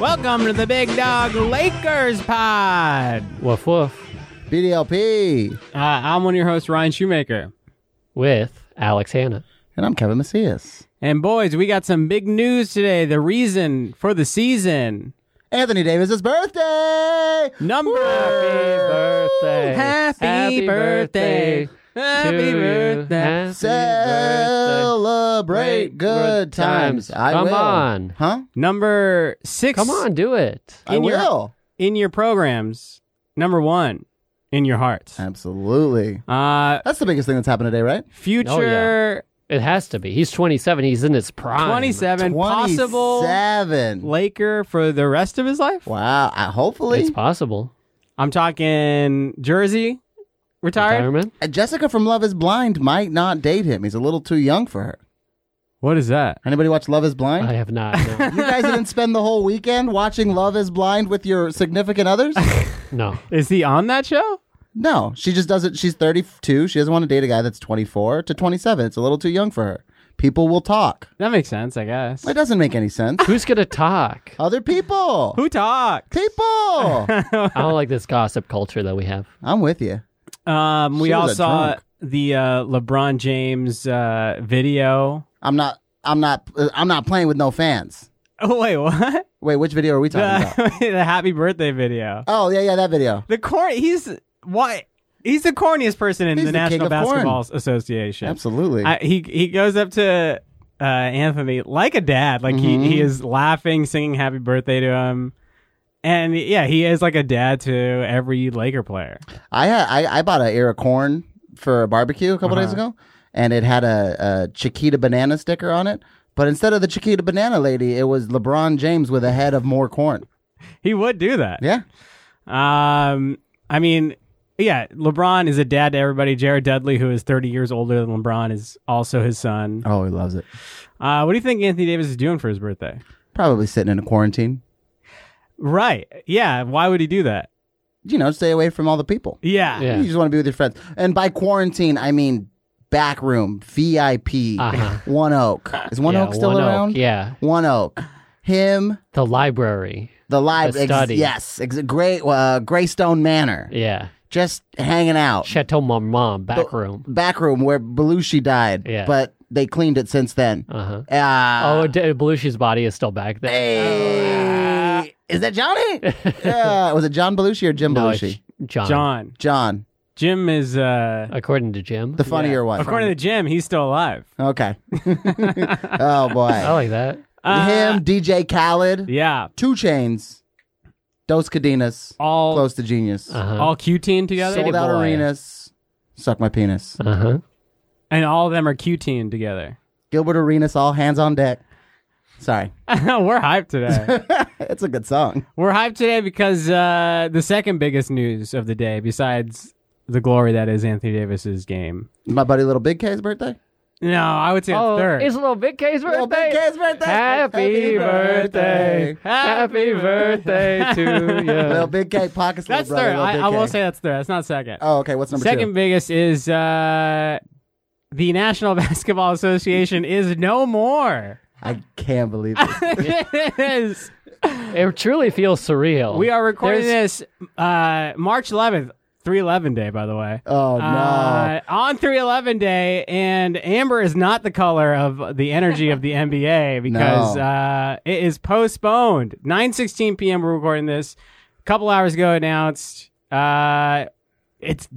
Welcome to the Big Dog Lakers Pod. Woof woof. BDLP. Uh, I'm one of your hosts, Ryan Shoemaker. with Alex Hanna. And I'm Kevin Macias. And boys, we got some big news today. The reason for the season. Anthony Davis's birthday. Number. birthday. Happy, Happy birthday. birthday to Happy you. birthday. Happy birthday. Celebrate Great good times. times. I Come will. on. Huh? Number six. Come on, do it. I In your- will. In your programs. Number one. In your hearts. Absolutely. Uh, That's the biggest thing that's happened today, right? oh, future It has to be. He's 27. He's in his prime. 27 possible Seven. Laker for the rest of his life. Wow. I, hopefully. It's possible. I'm talking Jersey retired. Retirement. Uh, Jessica from Love is Blind might not date him. He's a little too young for her. What is that? Anybody watch Love is Blind? I have not. No. you guys didn't spend the whole weekend watching Love is Blind with your significant others? no. Is he on that show? No, she just doesn't. She's 32. She doesn't want to date a guy that's 24 to 27. It's a little too young for her. People will talk. That makes sense, I guess. It doesn't make any sense. Who's going to talk? Other people. Who Um, talked? People. I don't like this gossip culture that we have. I'm with you. Um, we She all was a saw drunk. the uh, LeBron James uh, video. I'm not. I'm not. uh, I'm not playing with no fans. Oh wait, what? Wait, which video are we talking about? The, the happy birthday video. Oh yeah, yeah, that video. The corn. He's why? He's the corniest person in He's the the king National of corn. Basketball Association. Absolutely. I, he he goes up to uh, Anthony like a dad. Like he, Mm-hmm. he is laughing, singing happy birthday to him. And yeah, he is like a dad to every Laker player. I had. I, I bought a ear of corn for a barbecue a couple days ago, and it had a, a Chiquita banana sticker on it. But instead of the Chiquita banana lady, it was LeBron James with a head of more corn. He would do that. Yeah. Um, I mean, yeah, LeBron is a dad to everybody. Jared Dudley, who is 30 years older than LeBron, is also his son. Oh, he loves it. Uh, what do you think Anthony Davis is doing for his birthday? Probably sitting in a quarantine. Right. Yeah. Why would he do that? You know, stay away from all the people. Yeah. Yeah. You just want to be with your friends. And by quarantine, I mean back room, VIP, Uh-huh. One Oak. Is One Yeah, Oak still One Oak, around? Yeah. One Oak. Him, The library. the live. The study. yes. Ex- great, uh, Greystone Manor. Yeah. Just hanging out. Chateau Marmont back room. Back room where Belushi died. Yeah. But they cleaned it since then. Uh-huh. Uh, oh, D- Belushi's body is still back there. Oh, hey. Is that Johnny? uh, was it John Belushi or Jim No, it's Belushi? John. John. John, Jim is, uh, According to Jim. the funnier one. according to Jim, he's still alive. Okay. oh I boy. like that. Uh, Him, DJ Khaled, Yeah. Two Chains, Dos Cadenas, All Uh, Close to Genius, Uh-huh. all Q-Teen together. Sold Out boy. Arenas, Suck My Penis, Uh-huh. And all of them are Q-Teen together. Gilbert Arenas, All Hands on Deck. Sorry, We're hyped today. it's a good song. We're hyped today because uh, the second biggest news of the day, besides the glory that is Anthony Davis's game. My buddy Little Big K's birthday. No, I would say Oh, it's third. Oh, it's little Big K's Little Big birthday. K's birthday. Happy birthday. Happy birthday Little to Big K pockets. that's little brother, third. Lil I, Big I will K. say that's third. That's not second. Oh, okay. What's number second two? biggest is uh, the National Basketball Association is no more. I can't believe it. it is. you. It truly feels surreal. We are recording this uh, March 11th, 311 day, by the way. Oh no. Uh, on 311 day, and amber is not the color of the energy of the NBA because No. uh, it is postponed. 9:16 p.m. We're recording this. A couple hours ago, announced uh, it's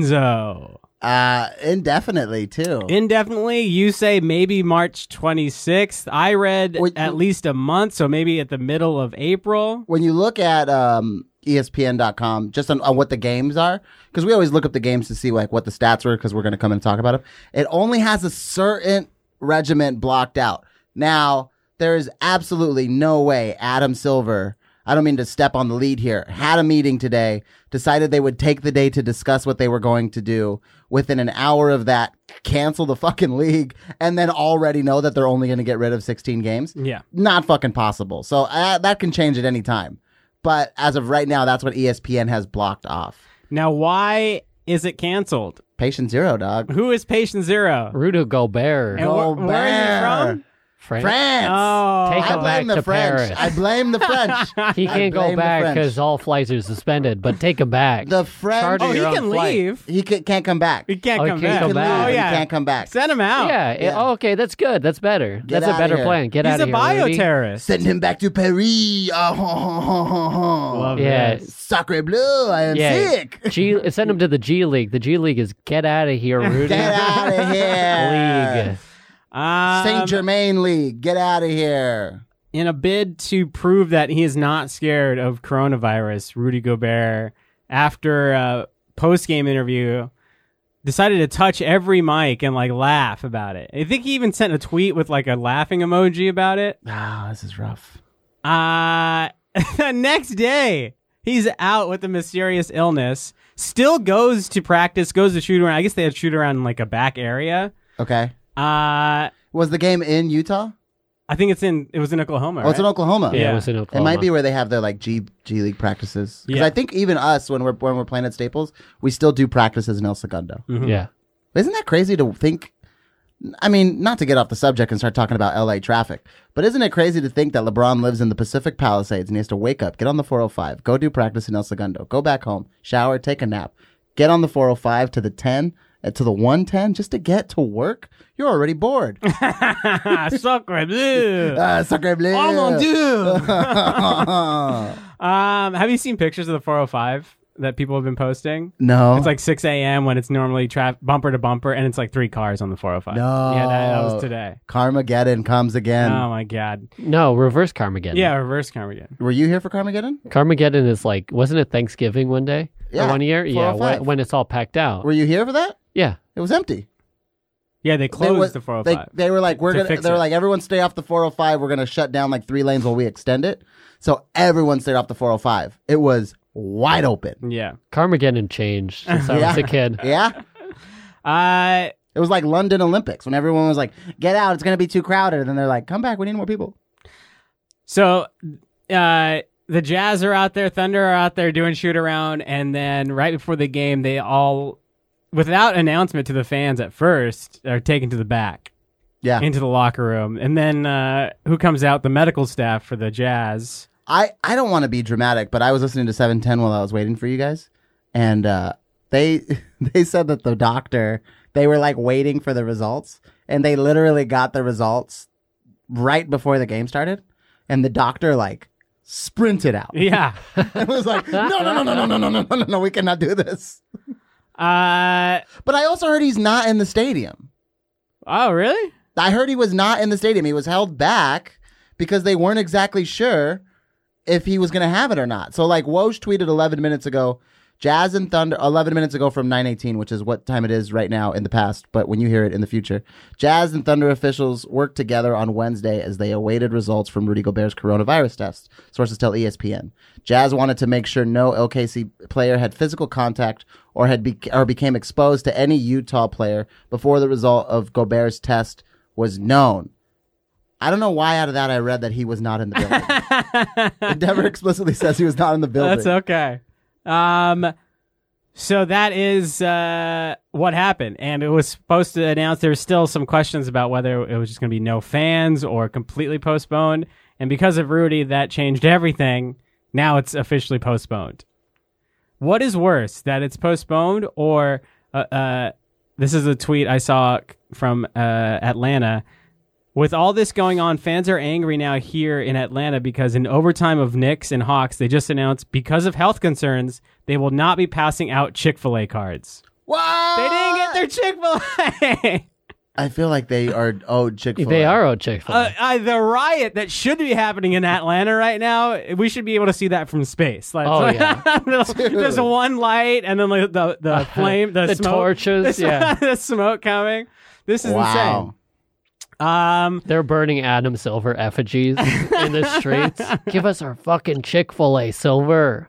Dunzo Uh, indefinitely too. indefinitely. You say maybe March 26th. I read Wait, at wait. least a month, so maybe at the middle of April. when you look at um, ESPN.com, just on, on what the games are, because we always look up the games to see like what the stats were, because we're going to come and talk about them. It only has a certain regiment blocked out. Now there is absolutely no way Adam Silver. I don't mean to step on the lead here. Had a meeting today, decided they would take the day to discuss what they were going to do. Within an hour of that, cancel the fucking league, and then already know that they're only going to get rid of 16 games Yeah. not fucking possible. So uh, that can change at any time. But as of right now, that's what E ESPN has blocked off. Now, why is it canceled? Patient zero, dog. Who is patient zero? Rudy Gobert And wh- where is it Gobert. from? France. France. Oh. Take I him back blame the to French. Paris. I blame the French. He I can't blame go the back French. because all flights are suspended, but take him back. the French. Charter Oh, he your own can flight. leave. He ca- can't come back. He can't Oh, he come can't back. come back. Oh He yeah, can't come back. Send him out. yeah. it- Yeah. oh, okay, that's good. That's better. that's a outta better here. plan. Get he's out a of here. Rudy. bioterrorist. Send him back to Paris. Oh, ho, ho, ho, ho, ho. Love Yeah. this. Sacre bleu, I am Yeah. sick. G, send him to the G League. The G League is get out of here, Rudy. Get out of here. League. Um, Saint Germain League, get out of here. in a bid to prove that he is not scared of coronavirus, Rudy Gobert, after a post game interview, decided to touch every mic and like laugh about it. I think he even sent a tweet with like a laughing emoji about it. Ah, this is rough. Uh, the next day, he's out with a mysterious illness. Still goes to practice, goes to shoot around. I guess they had shoot around in like a back area. Okay. Uh, Was the game in Utah? I think it's in. It was in Oklahoma. Oh, it's in right? Oklahoma. Yeah, Yeah. it was in It Oklahoma. might be where they have their like G G League practices. Because Yeah. I think even us when we're when we're playing at Staples, we still do practices in El Segundo. Mhm. Yeah. Isn't that crazy to think? I mean, not to get off the subject and start talking about LA traffic, but isn't it crazy to think that LeBron lives in the Pacific Palisades and he has to wake up, get on the 405, go do practice in El Segundo, go back home, shower, take a nap, get on the 405 to the 10, uh, to the 110 just to get to work? You're already bored. Sacre bleu. Ah, sacre bleu. Oh mon dieu! um, have you seen pictures of the 405 that people have been posting? no. It's like 6 a.m. when it's normally tra- bumper to bumper, and it's like three cars on the 405. No. yeah, that, that was today. Carmageddon comes again. oh my god! No, reverse Carmageddon. Yeah, reverse camera again. Were you here for Carmageddon? Carmageddon is like, wasn't it Thanksgiving one day? Or Yeah, one year? Yeah. 405. When, when it's all packed out. Were you here for that? yeah. It was empty. Yeah, they They closed was- the they, 405. they were like, we're to gonna. fix They were it. like, everyone stay off the 405. We're gonna shut down like three lanes while we extend it. So everyone stayed off the 405. It was wide open. yeah. Carmageddon changed since I Yeah. was a kid. Yeah, Uh, it was like London Olympics when everyone was like, get out. It's gonna be too crowded. And then they're like, come back. We need more people. So uh, the Jazz are out there, Thunder are out there doing shoot around, and then right before the game, they all, without announcement to the fans at first, are taken to the back. Yeah. Into the locker room. And then uh, who comes out? The medical staff for the Jazz. I, I don't want to be dramatic, but I was listening to 710 while I was waiting for you guys, and uh, they they said that the doctor they were like waiting for the results, and they literally got the results right before the game started, and the doctor like sprinted out. Yeah. It was like, no, no, no, no, no, no, no, no, no, no, no, we cannot do this. uh, But I also heard he's not in the stadium. oh, really? I heard he was not in the stadium. He was held back because they weren't exactly sure if he was going to have it or not. So, like, Woj tweeted 11 minutes ago, Jazz and Thunder, 11 minutes ago from 918, which is what time it is right now in the past, but when you hear it in the future, Jazz and Thunder officials worked together on Wednesday as they awaited results from Rudy Gobert's coronavirus test, sources tell E ESPN. Jazz wanted to make sure no LKC player had physical contact or had be- or became exposed to any Utah player before the result of Gobert's test was known. I don't know why out of that I read that he was not in the building. it never explicitly says he was not in the building. That's okay. Um, so that is uh, what happened, and it was supposed to announce. There were still some questions about whether it was just going to be no fans or completely postponed, and because of Rudy, that changed everything. Now it's officially postponed. What is worse, that it's postponed, or uh, uh, this is a tweet I saw c- from uh, Atlanta. With all this going on, fans are angry now here in Atlanta because in overtime of Knicks and Hawks, they just announced because of health concerns, they will not be passing out Chick fil A cards. What? They didn't get their Chick fil A! I feel like they are oh, owed Chick Fil A. They are owed Chick fil A. uh, uh, the riot that should be happening in Atlanta right now, we should be able to see that from space. Like, Oh, yeah. there's one light and then like, the, the flame, the, The smoke, torches, the, yeah. the smoke coming. This is Wow. insane. Um, They're burning Adam Silver effigies in the streets. Give us our fucking Chick fil A, Silver.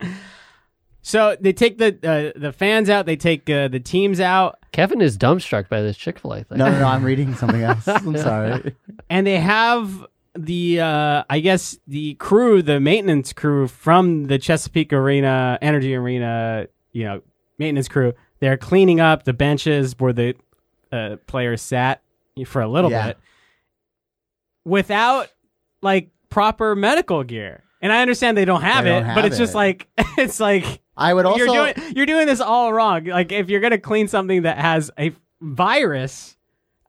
So they take the uh, the fans out. They take uh, the teams out, Kevin is dumbstruck by this Chick fil A thing. No, no, no. I'm reading something else. I'm sorry. and they have the uh, I guess the crew, the maintenance crew from the Chesapeake Arena, Energy Arena, you know, maintenance crew. They're cleaning up the benches where the uh, players sat for a little Yeah. bit, without like proper medical gear. And I understand they don't have They it, don't have but it's just it. like it's like I would also you're doing you're doing this all wrong. Like if you're gonna clean something that has a virus,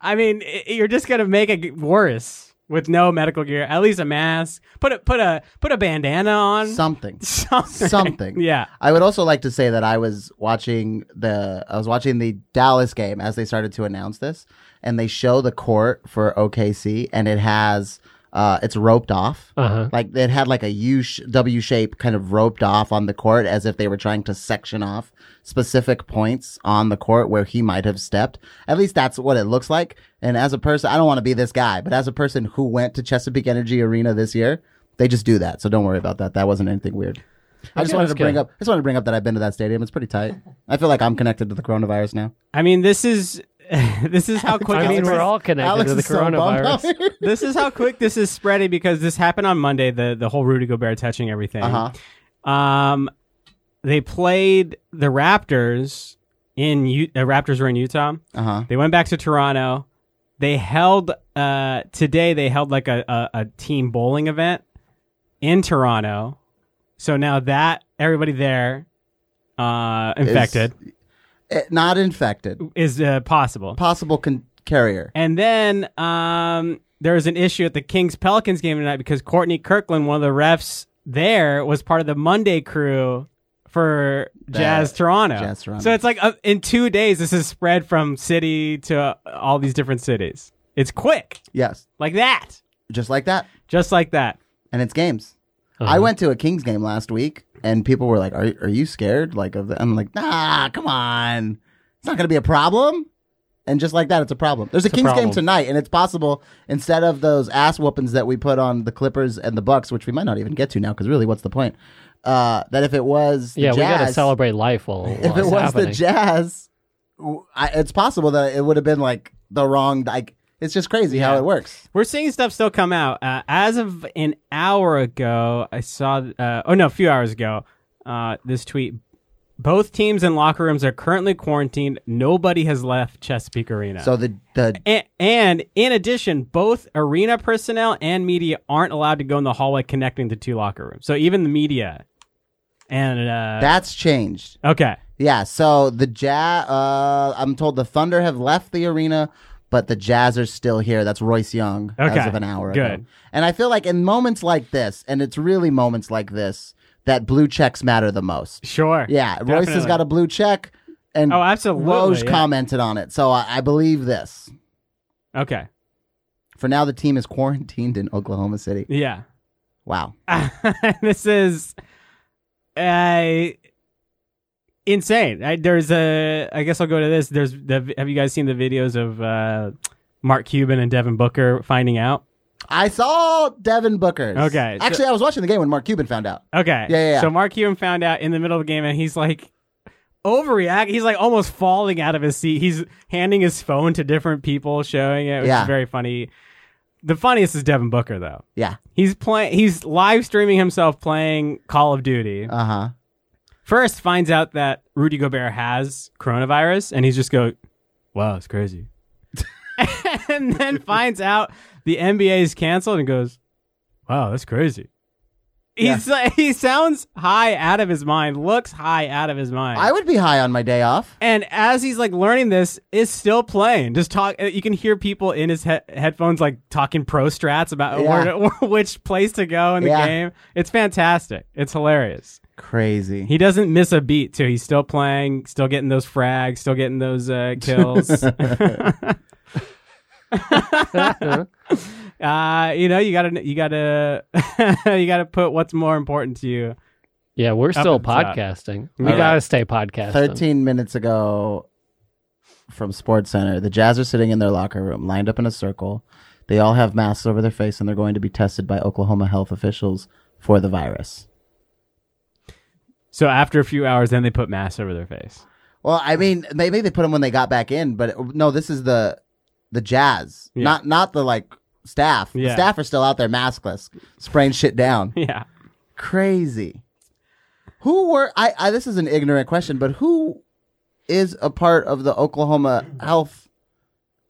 I mean i- you're just gonna make it g- worse with no medical gear. At least a mask. Put a put a put a bandana on. something. something. something. Yeah. I would also like to say that I was watching the I was watching the Dallas game as they started to announce this, and they show the court for OKC, and it has uh, it's roped off. Uh huh. Like it had like a U sh- W shape kind of roped off on the court as if they were trying to section off specific points on the court where he might have stepped. At least that's what it looks like. And as a person, I don't want to be this guy, but as a person who went to Chesapeake Energy Arena this year, they just do that. So don't worry about that. That wasn't anything weird. I just Okay, wanted that's to bring good. up. I just wanted to bring up that I've been to that stadium. It's pretty tight. I feel like I'm connected to the coronavirus now. I mean this is this is how quick I it mean, spreads. we're all connected Alex to the is so bummed coronavirus. out. this is how quick this is spreading because this happened on Monday. The the whole Rudy Gobert touching everything. uh-huh. Um, they played the Raptors in U- the Raptors were in Utah. Uh-huh. They went back to Toronto. They held uh today. They held like a a, a team bowling event in Toronto. So now that everybody there uh infected Eh, not infected. is, uh, possible. Possible con- carrier. And then um, there was an issue at the Kings Pelicans game tonight because Courtney Kirkland, one of the refs there, was part of the Monday crew for That- Jazz Toronto. Jazz Toronto. So it's like uh, in two days, this is spread from city to uh, all these different cities. It's quick, Yes. like that, Just like that. just like that. and it's games. I Uh-huh. went to a Kings game last week, and people were like, "Are are you scared?" Like, of the, I'm like, "Nah, come on, it's not going to be a problem." And just like that, it's a problem. There's a a Kings game problem. tonight, and it's possible instead of those ass whoopings that we put on the Clippers and the Bucks, which we might not even get to now, because really, what's the point? Uh, that if it was the Yeah, we got to Jazz, celebrate life while, if while it it's was happening. the Jazz, w I it's possible that it would have been like the wrong. Like, it's just crazy how Yeah. it works. We're seeing stuff still come out. Uh, as of an hour ago, I saw, uh, oh no, a few hours ago, uh, this tweet. Both teams and locker rooms are currently quarantined. Nobody has left Chesapeake Arena. So the the and, and in addition, both arena personnel and media aren't allowed to go in the hallway connecting the two locker rooms. So even the media and uh, that's changed. okay, Yeah, so the Jazz, uh, I'm told the Thunder have left the arena, but the Jazz are still here. That's Royce Young as Okay, of an hour ago. good. And I feel like in moments like this, and it's really moments like this, that blue checks matter the most. sure, Yeah, Royce has Definitely. got a blue check, and Oh, absolutely, Woj yeah. commented on it. So I, I believe this. okay, For now, the team is quarantined in Oklahoma City. yeah. Wow. this is uh, insane. I, there's a. I guess I'll go to this. There's the. Have you guys seen the videos of uh, Mark Cuban and Devin Booker finding out? I saw Devin Booker's. Okay, so- Actually, I was watching the game when Mark Cuban found out. Okay. Yeah, yeah, yeah. So Mark Cuban found out in the middle of the game, and he's like overreact. He's like almost falling out of his seat. He's handing his phone to different people, showing it, which Yeah. is very funny. The funniest is Devin Booker though. Yeah. He's playing. He's live streaming himself playing Call of Duty. Uh huh. first finds out that Rudy Gobert has coronavirus, and he's just go, "Wow, it's crazy," and then finds out the NBA is canceled, and goes, "Wow, that's crazy." He's like, he sounds high out of his mind, looks high out of his mind. I would be high on my day off. and as he's like learning this, is still playing. Just talk. uh, You can hear people in his he- headphones like talking pro strats about Yeah. where to- which place to go in the Yeah. game. It's fantastic. It's hilarious. Crazy. He doesn't miss a beat too. He's still playing, still getting those frags, still getting those uh, kills. uh, you know, you gotta, you gotta, you gotta put what's more important to you. yeah, we're still at the top. podcasting. We We are. got to stay podcasting. 13 minutes ago from Sports Center, the Jazz are sitting in their locker room, lined up in a circle. They all have masks over their face and they're going to be tested by Oklahoma health officials for the virus. So after a few hours, then they put masks over their face. Well, I mean, maybe they put them when they got back in, but it- no, this is the the Jazz, Yeah. not not the like staff. The Yeah. staff are still out there maskless, spraying shit down. Yeah, Crazy. Who were I, I this is an ignorant question, but who is a part of the Oklahoma health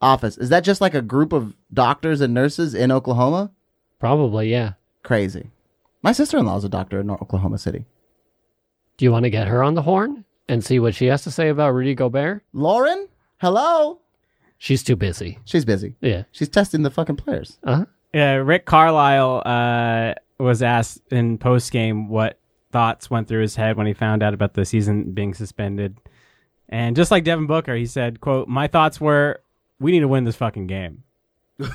office? Is that just like a group of doctors and nurses in Oklahoma? Probably, yeah. Crazy. My sister in law is a doctor in Oklahoma City. Do you want to get her on the horn and see what she has to say about Rudy Gobert? Lauren, hello. She's too busy. She's busy. Yeah. She's testing the fucking players. Uh-huh. Yeah, uh, Rick Carlisle uh, was asked in post game what thoughts went through his head when he found out about the season being suspended, and just like Devin Booker, he said, "quote My thoughts were, we need to win this fucking game.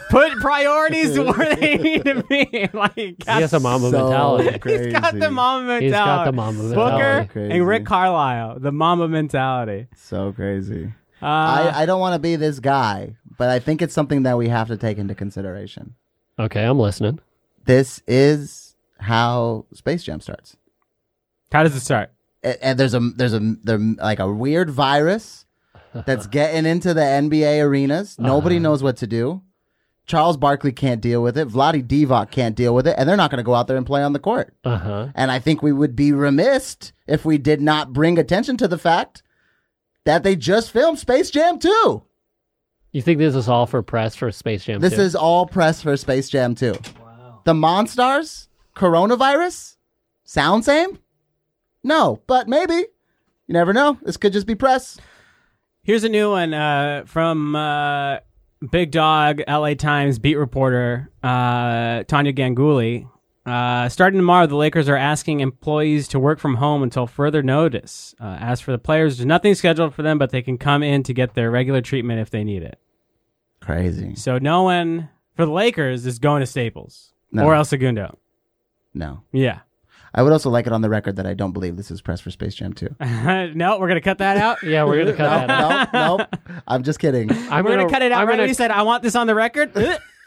Put priorities where they need to be. like He has a mama mentality. he's got the mama mentality. He's got the mama mentality. Booker mentality. and Rick Carlisle, the mama mentality. So crazy. Uh, I, I don't want to be this guy, but I think it's something that we have to take into consideration. Okay, I'm listening. This is how Space Jam starts. how does it start? A- And there's a there's a there like a weird virus that's getting into the NBA arenas. Nobody knows what to do. Charles Barkley can't deal with it. Vladi Divac can't deal with it, and they're not going to go out there and play on the court. Uh huh. And I think we would be remiss if we did not bring attention to the fact that they just filmed Space Jam 2. You think this is all for press for Space Jam? This 2? is all press for Space Jam 2. The Monstars? Coronavirus? Sound same? No, but maybe. You never know. This could just be press. Here's a new one uh, from uh, Big Dog, LA Times beat reporter uh, Tanya Ganguly. Uh, starting tomorrow, the Lakers are asking employees to work from home until further notice. Uh, as for the players, there's nothing scheduled for them, but they can come in to get their regular treatment if they need it. Crazy. So no one for the Lakers is going to Staples No. or El Segundo. No. Yeah. I would also like it on the record that I don't believe this is press for Space Jam 2. no, we're gonna cut that out. Yeah, we're gonna cut No, that out. no, no. I'm just kidding. I'm we're gonna, cut it out. I'm right gonna, when you said, "I want this on the record."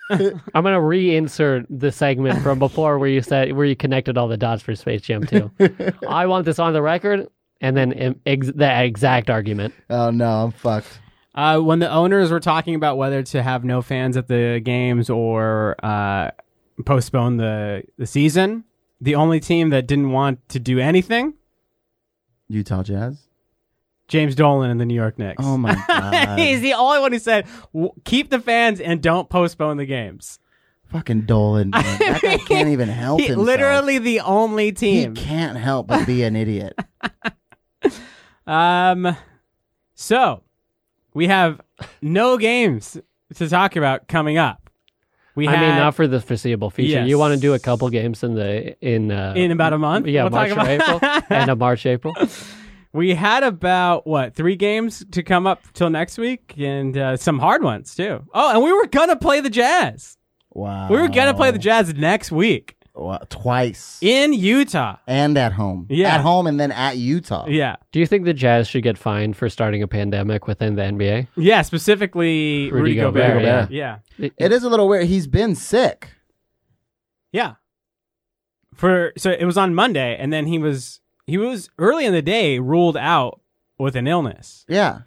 I'm gonna reinsert the segment from before where you said where you connected all the dots for Space Jam 2. I want this on the record, and then em- ex- that exact argument. Oh, no, I'm fucked. Uh, when the owners were talking about whether to have no fans at the games or uh, postpone the, the season, the only team that didn't want to do anything, Utah Jazz? James Dolan and the New York Knicks. Oh, my God. He's the only one who said, "W- keep the fans and don't postpone the games. Fucking Dolan. Man. That guy can't even help He, himself. literally the only He team. can't help but be an idiot. Um, so we have no games to talk about coming up. We I have mean, not for the foreseeable future. You want to Yes. do a couple games in the in uh, in about a month. yeah We'll talk March or April about- and a March April. We had about what three games to come up till next week, and uh, some hard ones too. Oh, and we were gonna play the Jazz. Wow. We were gonna play the Jazz next week Wow, twice. in Utah. and at home. Yeah. At home and then at Utah. Yeah, Do you think the Jazz should get fined for starting a pandemic within the NBA? yeah. Specifically, Rudy, Rudy Gobert. Gobert, Yeah. yeah. yeah, It is a little weird. He's been sick. Yeah. For so it was on Monday, and then he was he was early in the day ruled out with an illness, Yeah.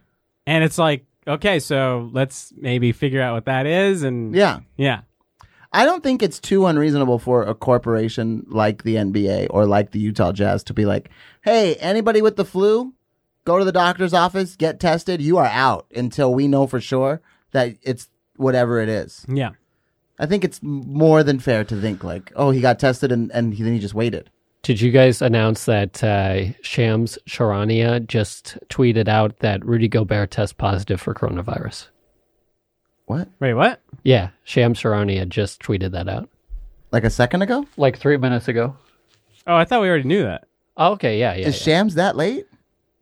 and it's like okay, so let's maybe figure out what that is, and Yeah. yeah. I don't think it's too unreasonable for a corporation like the NBA or like the Utah Jazz to be like, hey, anybody with the flu, go to the doctor's office, get tested. You are out until we know for sure that it's whatever it is. yeah. I think it's m- more than fair to think like, oh, he got tested and, and he, then he just waited. Did you guys announce that uh, Shams Charania just tweeted out that Rudy Gobert test positive for coronavirus? What? Wait, what? Yeah, Shams Charania just tweeted that out Like a second ago? like three minutes ago. Oh, I thought we already knew that. Oh, okay, yeah, yeah, Is yeah. Shams that late?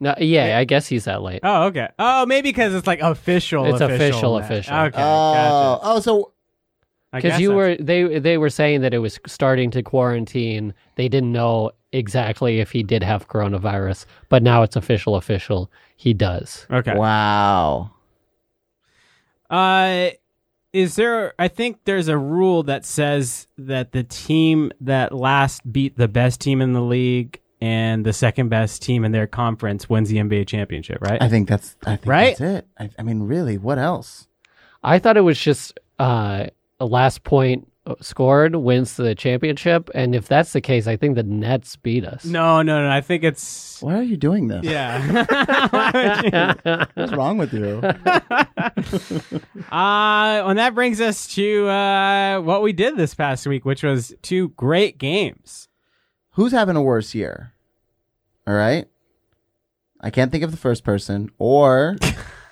No, yeah. I guess he's that late. Oh, okay. Oh, maybe because it's like official. It's official, official, now. official. Okay, Oh, oh, so Because Because you were they they were saying that it was starting to quarantine. They didn't know exactly if he did have coronavirus, but now it's official. Official, he does. okay. wow. Uh, is there? I think there's a rule that says that the team that last beat the best team in the league and the second best team in their conference wins the NBA championship, right? I think that's I think Right? that's it. I, I mean, really, what else? I thought it was just uh, a last point scored wins the championship. And if that's the case, I think the Nets beat us. No, no, no. I think it's Why are you doing this? yeah. Why would you- What's wrong with you? Uh, and that brings us to uh, what we did this past week, which was two great games. Who's having a worse year? All right. I can't think of the first person or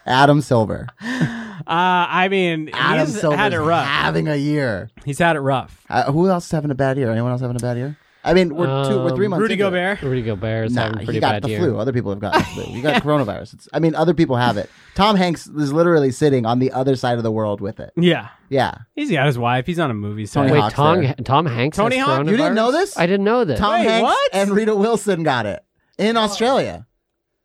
Adam Silver. Uh, I mean, Adam he's Silver's had it rough. having a year. he's had it rough. Uh, who else is having a bad year? Anyone else having a bad year? I mean, we're two, we're three Um, months. Rudy into it. Gobert. Rudy Gobert is Nah, having a he pretty got bad the year. flu. Other people have gotten the flu. You got coronavirus. It's, I mean, other people have it. Tom Hanks is literally sitting on the other side of the world with it. Yeah, Yeah. he's got his wife. He's on a movie set. Tony Wait, Hawk's Tom, there. Tom Hanks. Tony has Hawk? You didn't know coronavirus? this? I didn't know this. Tom Wait, Hanks what? Oh. and Rita Wilson got it in Australia.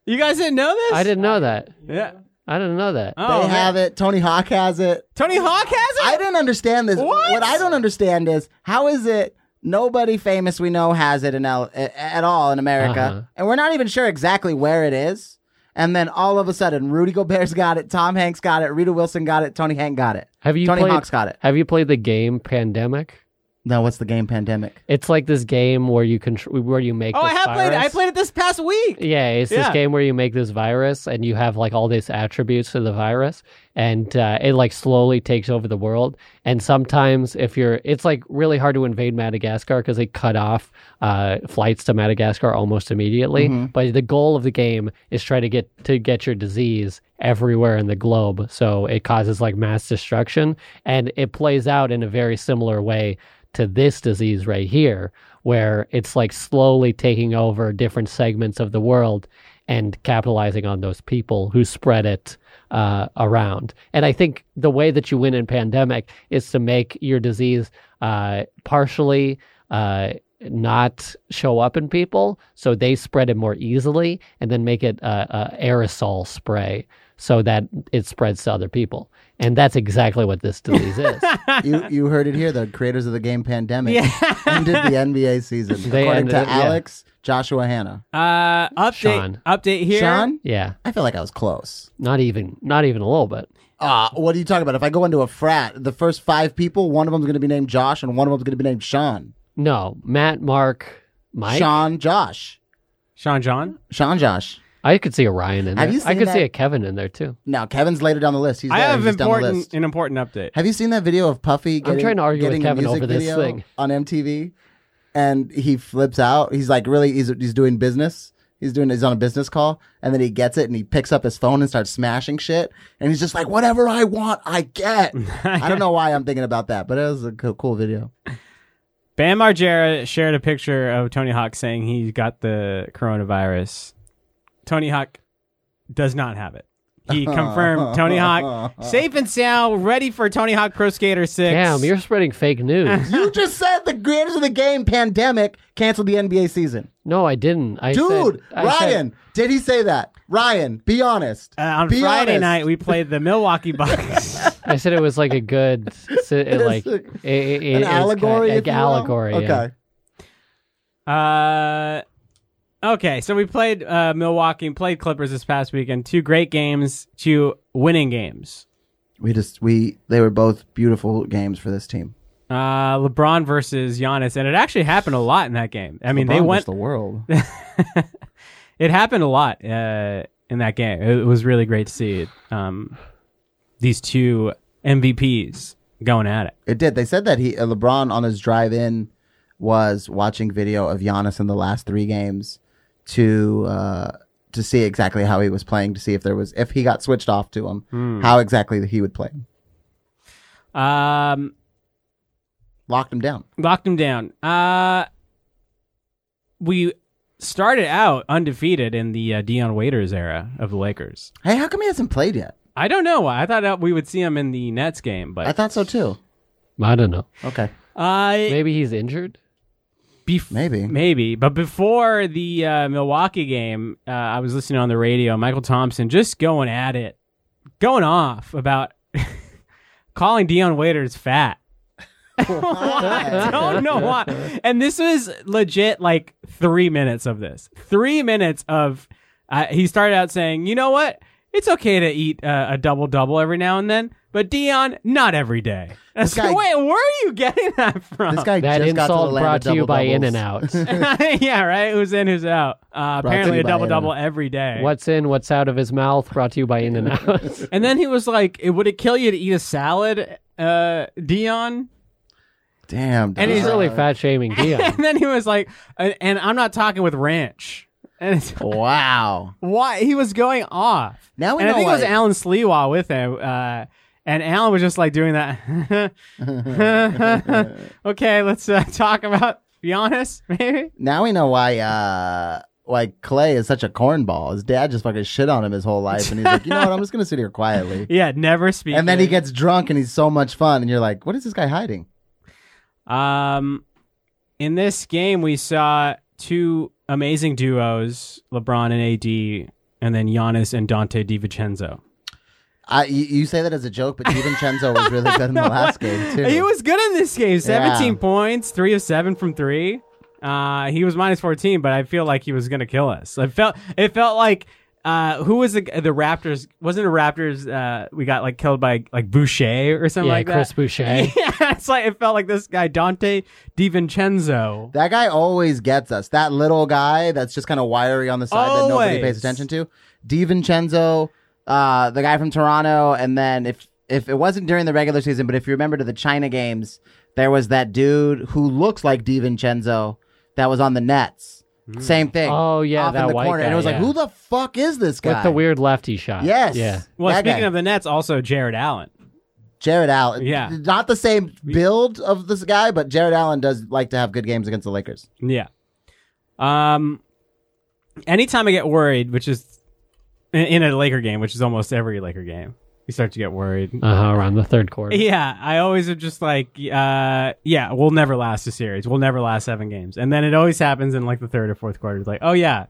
You guys didn't know this? I didn't know that. Yeah. I didn't know that. Oh, they man. have it. Tony Hawk has it. Tony Hawk has it. I didn't understand this. What? I don't understand is how is it nobody famous we know has it in L- a- at all in America, Uh-huh. and we're not even sure exactly where it is. And then all of a sudden, Rudy Gobert's got it, Tom Hanks got it, Rita Wilson got it, Tony Hank got it. Have you Tony played? Hawk's got it. Have you played the game Pandemic? No, what's the game? Pandemic. It's like this game where you control, where you make. oh, I this have played. I virus. played it this past week. Yeah, it's this Yeah. game where you make this virus and you have like all these attributes to the virus, and uh, it like slowly takes over the world. And sometimes, if you're, it's like really hard to invade Madagascar because they cut off uh, flights to Madagascar almost immediately. But the goal of the game is try to get to get your disease everywhere in the globe, so it causes like mass destruction, and it plays out in a very similar way to this disease right here, where it's like slowly taking over different segments of the world and capitalizing on those people who spread it uh, around. And I think the way that you win in pandemic is to make your disease uh, partially. Uh, not show up in people, so they spread it more easily, and then make it uh, uh, aerosol spray so that it spreads to other people. And that's exactly what this disease is. you you heard it here. The creators of the game Pandemic ended the NBA season, They according ended to it, yeah. Alex Joshua Hanna. Uh, update. Sean. Update here. Sean, yeah, I feel like I was close. not even, not even a little bit. Uh, what are you talking about? If I go into a frat, the first five people, one of them's going to be named Josh and one of them's going to be named Sean. No, Matt, Mark, Mike. Sean Josh. Sean John. Sean Josh. I could see a Ryan in there. Have you I seen could see that- a Kevin in there too. Now, Kevin's later down the list. He's I there. have He's down the important list. an important update. Have you seen that video of Puffy getting, trying to argue with getting Kevin a music over this video thing. on MTV? And he flips out. He's like, really, he's, he's doing business. He's doing, he's on a business call. And then he gets it and he picks up his phone and starts smashing shit. And he's just like, whatever I want, I get. I don't know why I'm thinking about that, but it was a co- cool video. Bam Margera shared a picture of Tony Hawk saying he got the coronavirus. Tony Hawk does not have it. He confirmed Tony Hawk safe and sound, ready for Tony Hawk Pro Skater 6. Damn, you're spreading fake news. You just said the creators of the game pandemic canceled the NBA season. no, I didn't. I said- Dude, I said- Ryan, did he say that? Ryan, be honest. Uh, on Be Friday honest. night, we played the Milwaukee Bucks. I said it was like a good, si- like a- it- it- it An is ki- allegory, like if you will? allegory. yeah. Okay. uh, okay, so we played uh, Milwaukee and played Clippers this past weekend. Two great games, two winning games. We just we they were both beautiful games for this team. Uh, LeBron versus Giannis, and it actually happened a lot in that game. I mean, they LeBron went versus the world. it happened a lot uh, in that game. It, it was really great to see it. Um, these two MVPs going at it. It did. They said that he uh, LeBron on his drive in was watching video of Giannis in the last three games to uh, to see exactly how he was playing, to see if there was if he got switched off to him, Hmm. how exactly he would play. Um, Locked him down. locked him down. Uh, we started out undefeated in the uh, Dion Waiters era of the Lakers. Hey, how come he hasn't played yet? I don't know why. I thought uh, we would see him in the Nets game, I but thought so too. I don't know. Okay, uh, Maybe he's injured. bef- maybe. Maybe, but before the uh, Milwaukee game, uh, I was listening on the radio. Michael Thompson just going at it, going off about calling Dion Waiters fat. I don't know why. And this was legit like three minutes of this. Three minutes of. Uh, he started out saying, "You know what? It's okay to eat uh, a double double every now and then, But Dion, not every day. That's This guy- wait, where are you getting that from? This guy That just got to the insult land brought of to you by In double-doubles. and Out. yeah, right. Who's in? Who's out? Uh, to apparently, you a by double double every day. What's in, what's out of his mouth, brought to you by In and Out. And then he was like, "It- "Would it kill you to eat a salad, uh, Dion?" Damn. And He's dog. really fat shaming Dion. And then he was like, "And, and I'm not talking with ranch." And it's, Wow. why he was going off. Now we and know I think why. it was Alan Sliwa with him. Uh, and Alan was just like doing that. okay, let's uh, talk about Giannis, maybe. Now we know why uh why Clay is such a cornball. His dad just fucking shit on him his whole life and he's like, you know what, I'm just gonna sit here quietly. Yeah, never speak. And then he gets drunk and he's so much fun and you're like, What is this guy hiding? Um, in this game, we saw two amazing duos: LeBron and AD, and then Giannis and Dante DiVincenzo. I you, you say that as a joke, but DiVincenzo was really good in the last game too. He was good in this game. Seventeen Yeah. points, three of seven from three. Uh, he was minus fourteen, but I feel like he was gonna kill us. It felt it felt like uh, who was the the Raptors? Wasn't the Raptors? Uh, we got like killed by like Boucher or something yeah, like Chris Boucher. that. Yeah, it's like it felt like this guy Dante Divincenzo. that guy always gets us. That little guy that's just kind of wiry on the side that nobody Always. pays attention to. DiVincenzo, uh, the guy from Toronto, and then if if it wasn't during the regular season, but if you remember to the China games, there was that dude who looks like DiVincenzo that was on the Nets. Hmm. Same thing. Oh, yeah, off that in the white corner, and guy, it was like, yeah. who the fuck is this guy? With the weird lefty shot. Yes. Yeah. Well, that speaking guy. of the Nets, also Jared Allen. Jared Allen. Yeah. Not the same build of this guy, but Jared Allen does like to have good games against the Lakers. Yeah. Um. Anytime I get worried, which is in, in a Laker game, which is almost every Laker game, you start to get worried. Uh huh. Around the third quarter. Yeah, I always am just like, uh, yeah, we'll never last a series. We'll never last seven games. And then it always happens in like the third or fourth quarter. It's like, oh yeah,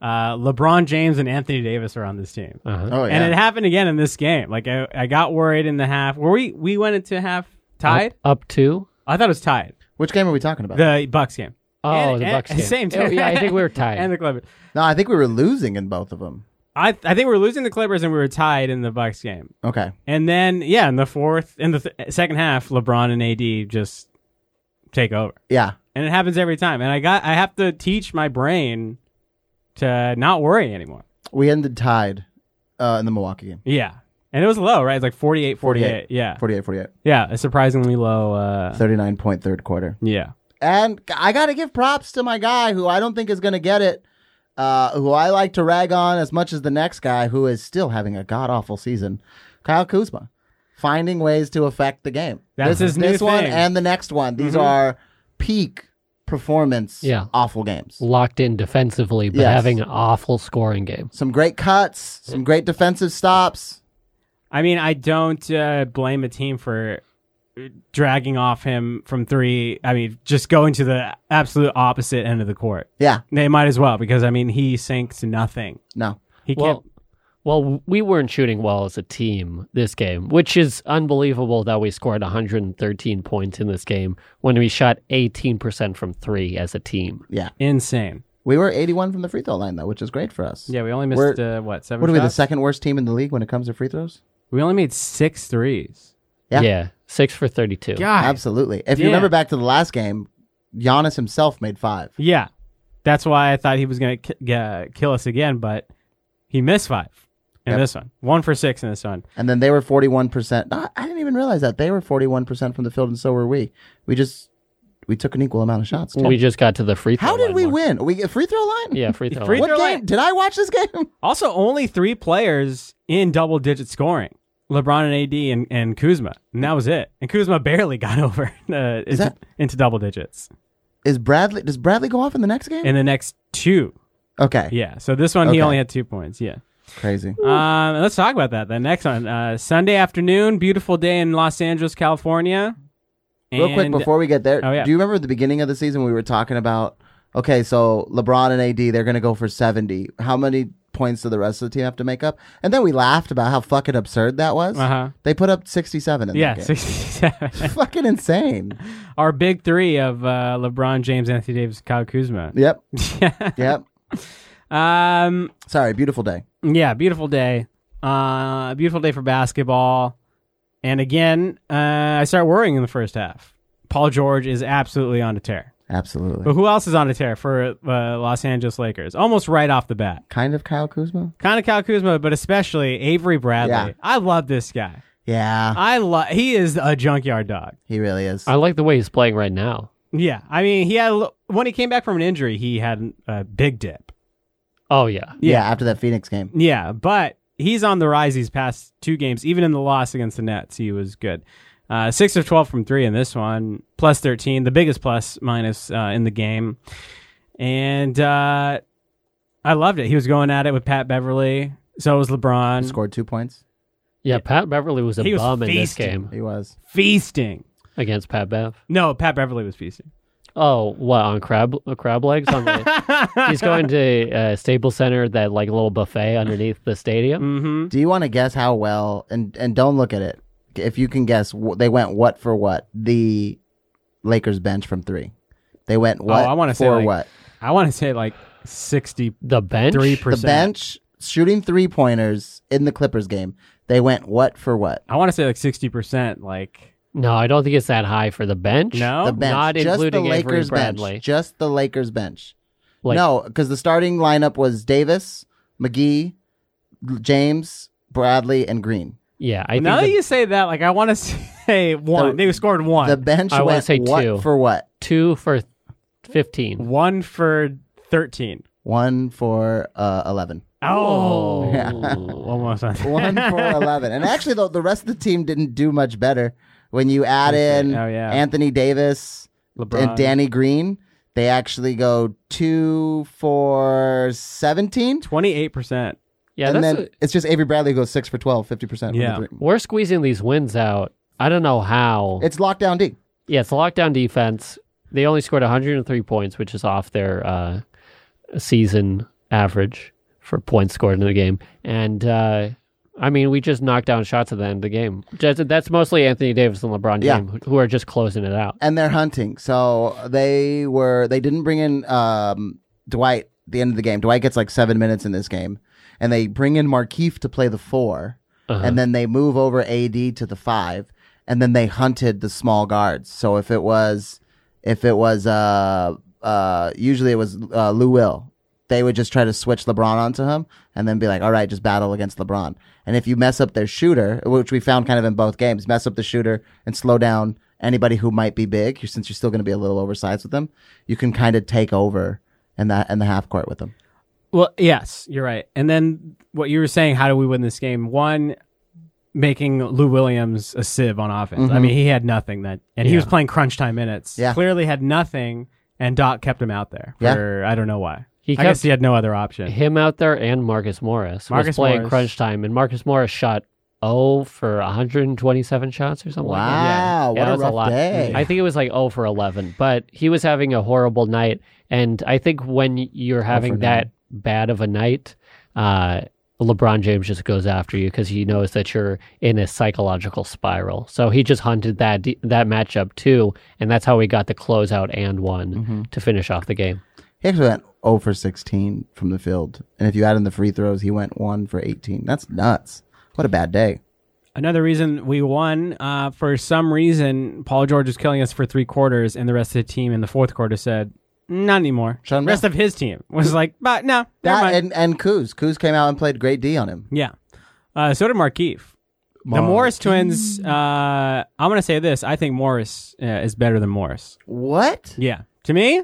uh, LeBron James and Anthony Davis are on this team, Uh-huh. Oh yeah. and it happened again in this game. Like I, I got worried in the half. Were we we went into half tied? Up, up two. I thought it was tied. Which game are we talking about? The Bucks game. Oh, And- the and- Bucks. game. same Oh, time. yeah, I think we were tied. and the Clippers. no, I think we were losing in both of them. I I think we were losing the Clippers and we were tied in the Bucks game. Okay. And then yeah, in the fourth in the th- second half, LeBron and AD just take over. Yeah. And it happens every time. And I got I have to teach my brain to not worry anymore. We ended tied uh, in the Milwaukee game. Yeah. And it was low, right? It's like 48 48. 48. Yeah. 48 48. Yeah, a surprisingly low uh 39 point third quarter. yeah. And I got to give props to my guy who I don't think is going to get it, uh, who I like to rag on as much as the next guy who is still having a god awful season, Kyle Kuzma, finding ways to affect the game. That's this, his new this one thing. Mm-hmm. and the next one. These are peak performance Yeah. awful games. Locked in defensively, but Yes. having an awful scoring game. Some great cuts, some great defensive stops. I mean, I don't uh, blame a team for dragging off him from 3. I mean, just going to the absolute opposite end of the court. Yeah, They might as well because I mean he sinks nothing. no. He Well, can't. well, we weren't shooting well as a team this game, which is unbelievable that we scored 113 points in this game when we shot 18% from three as a team. Yeah. Insane. We were 81 from the free throw line, though, which is great for us. Yeah, we only We're- missed uh, what seven. What are we, the shots? second worst team in the league when it comes to free throws? We only made six threes. Yeah. six for 32. God. Absolutely. If you Yeah. remember back to the last game, Giannis himself made five. Yeah, that's why I thought he was gonna ki- g- uh, kill us again, but he missed five in Yep. this one. One for six in this one. And then they were 41%. No, I didn't even realize that. They were 41% from the field, and so were we. We just, we took an equal amount of shots. too. We just got to the free throw. How did line we more. win? We get free throw line? Yeah, free throw. Free line. What throw game? line. Did I watch this game? Also, only three players in double digit scoring. LeBron and AD and, and Kuzma, and that was it. And Kuzma barely got over uh, into, that- into double digits Is Bradley, does Bradley go off in the next game? in the next two. okay. Yeah, so this one Okay. he only had two points. Yeah, Crazy. Um, let's talk about that. The next one, uh, Sunday afternoon, beautiful day in Los Angeles, California. Real quick And- before we get there, Oh, yeah. do you remember at the beginning of the season we were talking about? Okay, so LeBron and AD they're going to go for seventy. How many points do the rest of the team have to make up? And then we laughed about how fucking absurd that was. Uh-huh. They put up sixty-seven in yeah, that game. 67. fucking insane. Our big three of uh, LeBron James, Anthony Davis, Kyle Kuzma. Yep, Yeah. yep. Um. Sorry, beautiful day. Yeah. Beautiful day. Uh. Beautiful day for basketball. And again, uh, I start worrying in the first half. Paul George is absolutely on a tear. Absolutely. But who else is on a tear for uh, Los Angeles Lakers? Almost right off the bat. Kind of Kyle Kuzma. Kind of Kyle Kuzma, but especially Avery Bradley. Yeah. I love this guy. Yeah, I love. He is a junkyard dog. he really is. Uh, I like the way he's playing right now. Yeah, I mean, he had a l- when he came back from an injury, he had a big dip. Oh yeah, yeah, yeah. after that Phoenix game. Yeah, but he's on the rise these past two games. Even in the loss against the Nets, he was good. Uh, six of twelve from three in this one, plus thirteen, the biggest plus minus uh, in the game, and uh, I loved it. He was going at it with Pat Beverly. So was LeBron. Scored two points. yeah. Pat Beverly was a He was bum in this feasting. game He was. Feasting. against Pat Bev. No, Pat Beverly was feasting. Oh, what on crab crab legs? On the, he's going to uh, Staples Center, that like little buffet underneath the stadium. hmm Do you want to guess how well? And and don't look at it. If you can guess, wh- they went what for what? The Lakers bench from three. They Oh, went what I wanna for say, like, what? I want to say like sixty The bench. three The percent. bench shooting three pointers in the Clippers game. They went what for what? I want to say like sixty percent. Like No, I don't think it's that high for the bench. no, the bench, Oh, not just including the Avery Lakers Bradley. bench, just the Lakers bench. Like- no, because the starting lineup was Davis, McGee, James, Bradley, and Green. Yeah, I now that think the you say that, like I want to say one. The- they scored one, The bench I wanna went say what two. for what? two for fifteen. one for thirteen. One for uh, eleven. Oh, Oh. almost on that. One for eleven. And actually, though, the rest of the team didn't do much better. When you add in Oh, yeah. Anthony Davis LeBron. and Danny Green, they actually go two for seventeen. Twenty-eight percent. yeah, and that's then a- it's just Avery Bradley goes six for 12, 50%. from Yeah. the three. we're squeezing these wins out. I don't know how. It's lockdown D. yeah, it's lockdown defense. They only scored 103 points, which is off their uh, season average for points scored in the game. And uh, I mean, we just knocked down shots at the end of the game. That's, that's mostly Anthony Davis and LeBron Yeah. James, who- who are just closing it out. and they're hunting. So they were they didn't bring in um, Dwight at the end of the game. Dwight gets like seven minutes in this game, and they bring in Markeef to play the 4 and then they move over AD to the five, and then they hunted the small guards. So if it was if it was uh uh usually it was uh, Lou Will. They would just try to switch LeBron onto him and then be like, all right, just battle against LeBron. And if you mess up their shooter, which we found kind of in both games, mess up the shooter and slow down anybody who might be big, you- since you're still going to be a little oversized with them, you can kind of take over in that in the half court with them. Well, yes, you're right. And then what you were saying, how do we win this game? One, making Lou Williams a sieve on offense. I mean, he had nothing that, and he was playing crunch time minutes. Yeah. Clearly had nothing, and Doc kept him out there for I don't know why. He I guess kept- he had no other option. Him out there and Marcus Morris Marcus was playing Morris. crunch time, and Marcus Morris shot 0 for 127 shots or something like that. Wow, Yeah, what that a was rough day. I think it was like 0 for 11, but he was having a horrible night. And I think when Oh you're having that bad of a night, uh, LeBron James just goes after you because he knows that you're in a psychological spiral. So he just hunted that that matchup too, and that's how we got the closeout and one Mm-hmm. to finish off the game. He actually went 0 for 16 from the field. And if you add in the free throws, he went 1 for 18. That's nuts. What a bad day. Another reason we won, uh, for some reason, Paul George was killing us for three quarters, and the rest of the team in the fourth quarter said, not anymore. Shut him the rest down. of his team was like, but no, never That mind. and, and Kuz. Kuz came out and played great D on him. Yeah. Uh, so did Markeef. The Morris twins, uh, I'm going to say this. I think Morris uh, is better than Morris. What? Yeah. To me,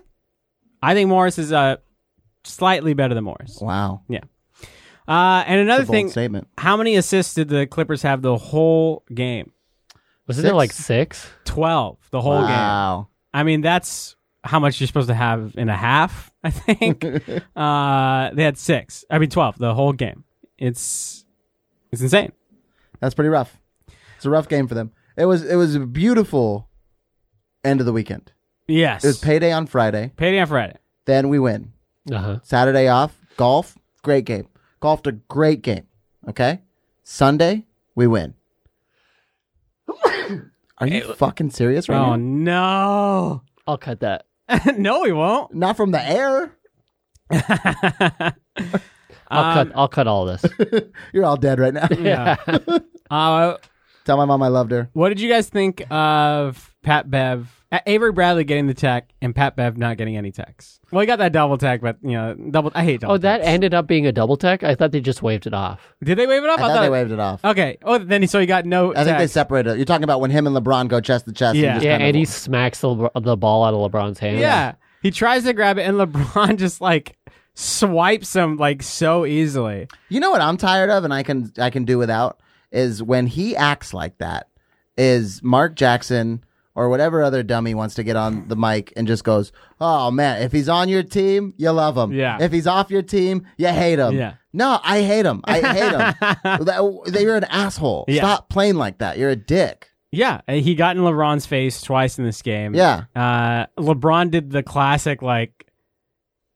I think Morris is uh, slightly better than Morris. Wow. Uh, and another That's a bold thing, statement. how many assists did the Clippers have the whole game? Wasn't Six? there like six? 12, the whole game. wow. I mean, that's how much you're supposed to have in a half, I think. uh, they had six. I mean, 12, the whole game. It's it's insane. That's pretty rough. It's a rough game for them. It was it was a beautiful end of the weekend. Yes. It was payday on Friday. Payday on Friday. Then we win. Uh huh. Saturday off, golf, great game. Golfed a great game. Okay? Sunday, we win. Are you fucking serious right Oh, no. now? I'll cut that. no, he won't. Not from the air. I'll cut. I'll cut all this. You're all dead right now. Yeah. uh, Tell my mom I loved her. What did you guys think of Pat Bev, uh, Avery Bradley getting the tech, and Pat Bev not getting any techs? Well, he got that double tech, but you know, double. I hate double. Oh, that techs. ended up being a double tech. I thought they just waved it off. Did they wave it off? I thought they it- waved it off. Okay. Oh, then he so he got no. I think they techs. separated. You're talking about when him and LeBron go chest to chest. Yeah. just Yeah, kind of- and he smacks the, LeBron- the ball out of LeBron's hand. Yeah. He tries to grab it, and LeBron just like swipes him like so easily. You know what I'm tired of, and I can I can do without is when he acts like that. Is Mark Jackson or whatever other dummy wants to get on the mic and just goes, "Oh man, if he's on your team, you love him. Yeah. If he's off your team, you hate him. Yeah. No, I hate him. I hate him. That- that- You're an asshole. Yeah. Stop playing like that. You're a dick. Yeah, and he got in LeBron's face twice in this game. Yeah. Uh, LeBron did the classic like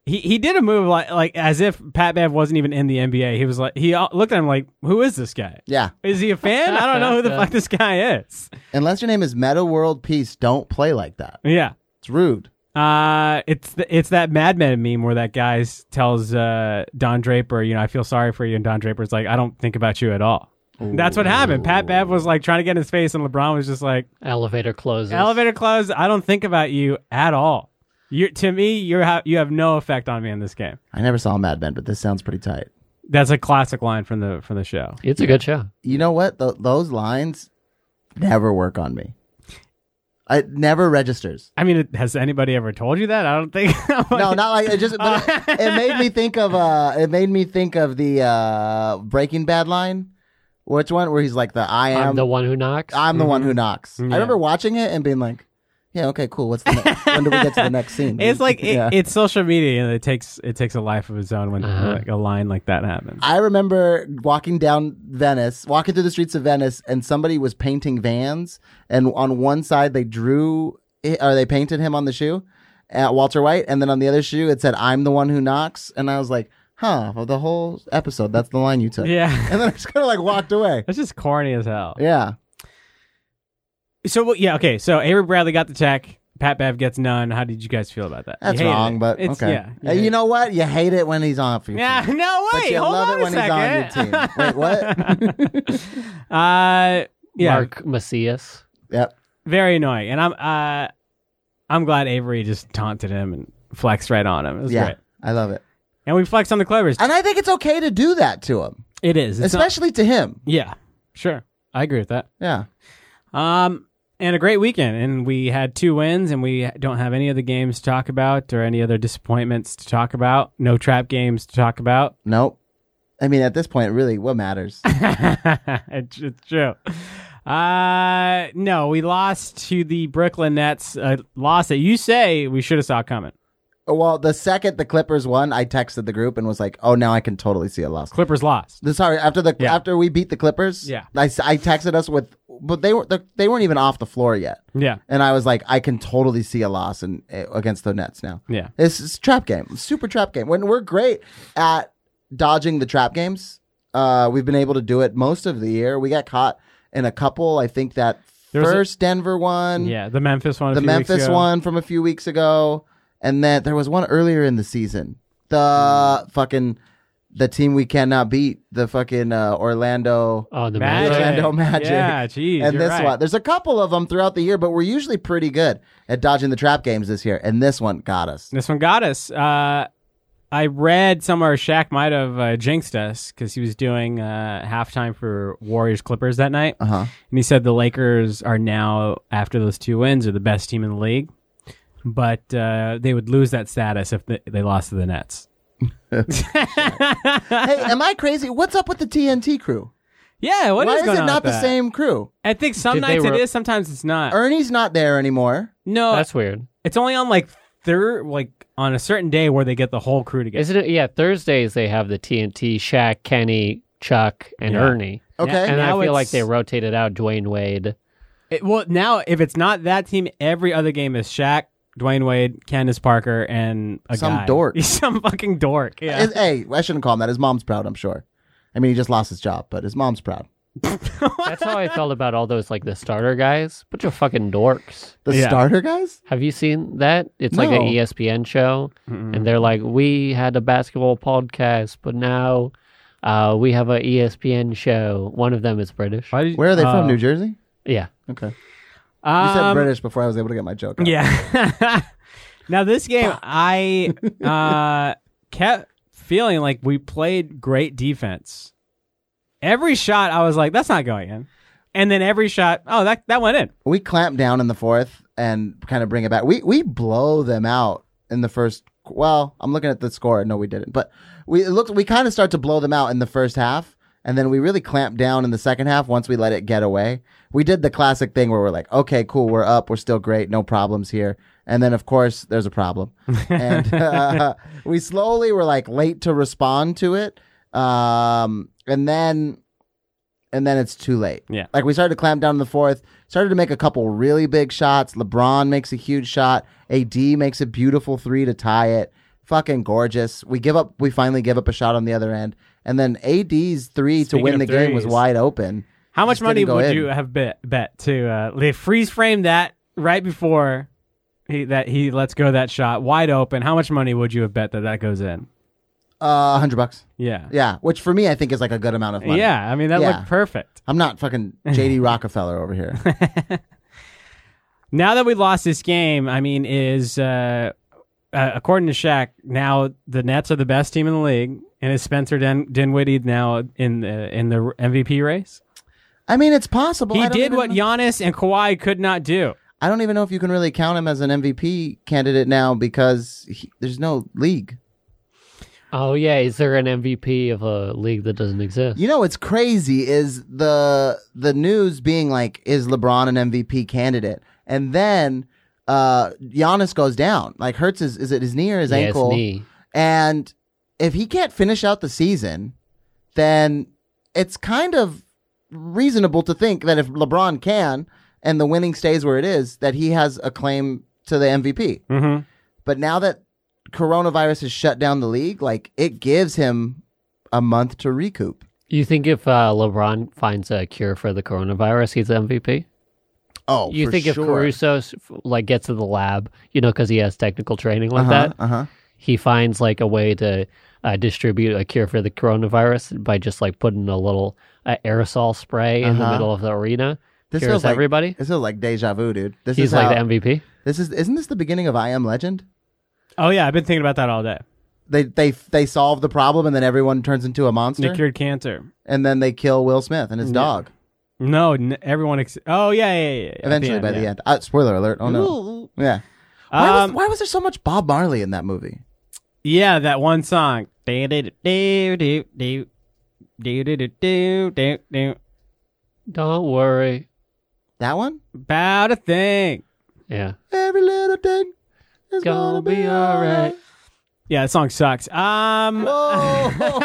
he, he did a move like like as if Pat Bev wasn't even in the NBA. He was like he uh, looked at him like, "Who is this guy? Yeah. Is he a fan? I don't know who the fuck this guy is." Unless your name is Meta World Peace, don't play like that. Yeah. It's rude. Uh, it's the, it's that Mad Men meme where that guy s- tells uh, Don Draper, you know, I feel sorry for you, and Don Draper's like, I don't think about you at all. That's what happened. Pat Bev was like trying to get in his face, and LeBron was just like, Elevator closes. elevator closed. I don't think about you at all. You to me, you're ha- you have no effect on me in this game. I never saw Mad Men, but this sounds pretty tight. That's a classic line from the from the show. It's a good show. You know what? Th- those lines never work on me. It never registers. I mean, it- has anybody ever told you that? I don't think. No, not like it. Just but it, it made me think of. Uh, it made me think of the uh, Breaking Bad line. Which one? Where he's like the I am. I'm the one who knocks. Um, I'm the one who knocks. Mm-hmm. Yeah. I remember watching it and being like, "Yeah, okay, cool. What's the next, when do we get to the next scene?" It's like it, Yeah. it's social media, and it takes it takes a life of its own when Uh-huh. like, a line like that happens. I remember walking down Venice, walking through the streets of Venice, and somebody was painting vans, and on one side they drew i- or they painted him on the shoe, uh, Walter White, and then on the other shoe it said, "I'm the one who knocks," and I was like, "Huh?" For the whole episode, that's the line you took, yeah, and then I just kind of like walked away. that's just corny as hell. Yeah, So well, yeah, okay. So Avery Bradley got the check. Pat Bev gets none. How did you guys feel about that? You that's hated wrong, it. but it's, okay. Yeah, Uh, you hate- know what? You hate it when he's on for you. Yeah, no But way. you Hold love on it when a he's on your second. team. Wait, what? uh, yeah, Mark Macias. Yep. very annoying. And I'm uh, I'm glad Avery just taunted him and flexed right on him. It was Yeah. great. I love it, And we flexed on the Clovers. and I think it's okay to do that to him, It is, It's not- especially to him. yeah, sure. I agree with that. Yeah. Um, and a great weekend, and we had two wins, and we don't have any other games to talk about or any other disappointments to talk about. No trap games to talk about. Nope. I mean, at this point, really, what matters? it's, it's true. Uh, no, we lost to the Brooklyn Nets. A loss that you say we should have saw coming. Oh, well, the second the Clippers won, I texted the group and was like, "Oh, now I can totally see a loss." Clippers lost. The- Sorry, after the Yeah. after we beat the Clippers, Yeah. I, s- I texted us with, but they were the, they weren't even off the floor yet, Yeah, and I was like, I can totally see a loss in, eh, against the Nets now. yeah, This is a trap game, super trap game. When we're great at dodging the trap games, uh, we've been able to do it most of the year. We got caught in a couple. I think that There was a- first Denver one, yeah. The Memphis one. a the few weeks Memphis ago. one from a few weeks ago, and then there was one earlier in the Mm. season. The fucking the team we cannot beat, the fucking uh, Orlando, Oh, the Magic. Magic. Orlando Magic, Yeah, geez. and you're this right. one. There's a couple of them throughout the year, but we're usually pretty good at dodging the trap games this year, and this one got us. This one got us. Uh, I read somewhere Shaq might have uh, jinxed us because he was doing uh, halftime for Warriors Clippers that night. Uh huh. And he said the Lakers are now, after those two wins, are the best team in the league. But uh, they would lose that status if they, they lost to the Nets. hey, am I crazy? What's up with the TNT crew? Yeah, what is Why is, going it on not with the that? same Er, crew? I think some Did they nights re- it is, sometimes it's not. Ernie's not there anymore. no, That's weird. it's only on like third, like on a certain day where they get the whole crew together. Isn't it? Yeah, Thursdays they have the TNT, Shaq, Kenny, Chuck, and Yeah. Ernie. Okay. Yeah, And Now I feel like it's- they rotated out Dwayne Wade. It- well, now if it's not that team, every other game is Shaq, Dwayne Wade, Candace Parker, and a Some guy. dork. some fucking dork. Yeah. Is- hey, I shouldn't call him that. His mom's proud, I'm sure. I mean, he just lost his job, but his mom's proud. That's how I felt about all those like the starter guys. Bunch of fucking dorks. The Yeah. starter guys? Have you seen that? It's like E No. an ESPN show, Mm-mm. and they're like, "We had a basketball podcast, but now Uh, we have a ESPN show. One of them is British. Why did- Where are they Oh. from? New Jersey? Yeah. Okay. You Um, said British before I was able to get my joke. out. Yeah. now this game, I uh, kept feeling like we played great defense. Every shot, I was like, "That's not going in," and then every shot, "Oh, that that went in." We clamp down in the fourth and kind of bring it back. We we blow them out in the first. Well, I'm looking at the score. No, we didn't. But we it looked. We kind of start to blow them out in the first half, and then we really clamp down in the second half. Once we let it get away, we did the classic thing where we're like, "Okay, cool, we're up. We're still great. No problems here." And then, of course, there's a problem, and uh, we slowly were like late to respond to it. Um, and then and then it's too late. Yeah. Like we started to clamp down in the fourth, started to make a couple really big shots. LeBron makes a huge shot. AD makes a beautiful three to tie it. Fucking gorgeous. We give up. We finally give up a shot on the other end, and then AD's three to Speaking win of the game was threes. wide open. How much Just money didn't go would in. you have bet bet to uh, they freeze frame that right before he that he lets go that shot wide open? How much money would you have bet that that goes in? Uh, hundred bucks. Yeah, Yeah, which for me I think is like a good amount of money. yeah. I mean, that Yeah. looked perfect. I'm not fucking JD Rockefeller over here. Now that we lost this game, I mean, is uh, uh, according to Shaq, now the Nets are the best team in the league, and is Spencer Din- Dinwiddie now in the in the MVP race? I mean, it's possible. he I don't did even what know. Giannis and Kawhi could not do. I don't even know if you can really count him as an MVP candidate now because he, there's no league. Oh yeah. Is there an MVP of a league that doesn't exist? You know what's crazy is the the news being like, is LeBron an MVP candidate? And then uh Giannis goes down. Like hurts his is it his knee or his Yeah, it's ankle? me. And if he can't finish out the season, then it's kind of reasonable to think that if LeBron can and the winning stays where it is, that he has a claim to the MVP. Mm-hmm. But now that coronavirus has shut down the league, like it gives him a month to recoup. You think if uh, LeBron finds a cure for the coronavirus, he's MVP? Oh, you for think if sure. Caruso s- f- like gets to the lab, you know, because he has technical training like uh-huh, that, Uh huh. he finds like a way to uh, distribute a cure for the coronavirus by just like putting a little uh, aerosol spray in the Uh-huh. middle of the arena. This cures feels like- everybody. This is like deja vu, dude. This he's is like how- the MVP. This is isn't this the beginning of I Am Legend? Oh yeah, I've been thinking about that all day. They they they solve the problem and then everyone turns into a monster They cured cancer. and then they kill Will Smith and his dog No, n- everyone. Ex- oh yeah, yeah, yeah, yeah. At eventually by yeah. the end. Uh, spoiler alert! Oh no! Ooh. Yeah. Why, Um, was, why was there so much Bob Marley in that movie? Yeah, that one song. Do do do do do do do do do do do Don't worry. That one? about a thing. Yeah. Every little thing is Gonna gonna, be all right. Yeah, that song sucks. Um,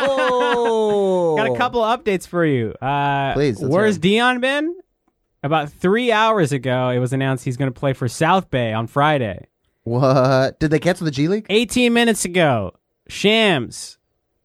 Whoa! got a couple of updates for you. Uh, Please, let's where's hear 'em. Dion been? About three hours ago, it was announced he's going to play for South Bay on Friday. What did they cancel the G League? 18 minutes ago, Shams,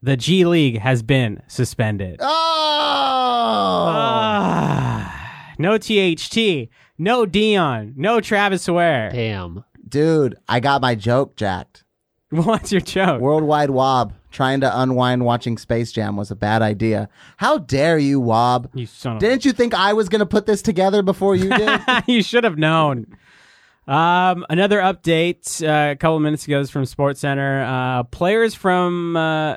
the G League, has been suspended. Oh, Ah, no THT, no Dion, no Travis Ware. Damn. dude, I got my joke jacked. What's your joke? Worldwide Wob trying to unwind watching Space Jam was a bad idea. How dare you, Wob? you son of a Didn't you think I was gonna put this together before you did? you should have known. Um, another update uh, a couple minutes ago is from Sports Center. Uh, players from uh,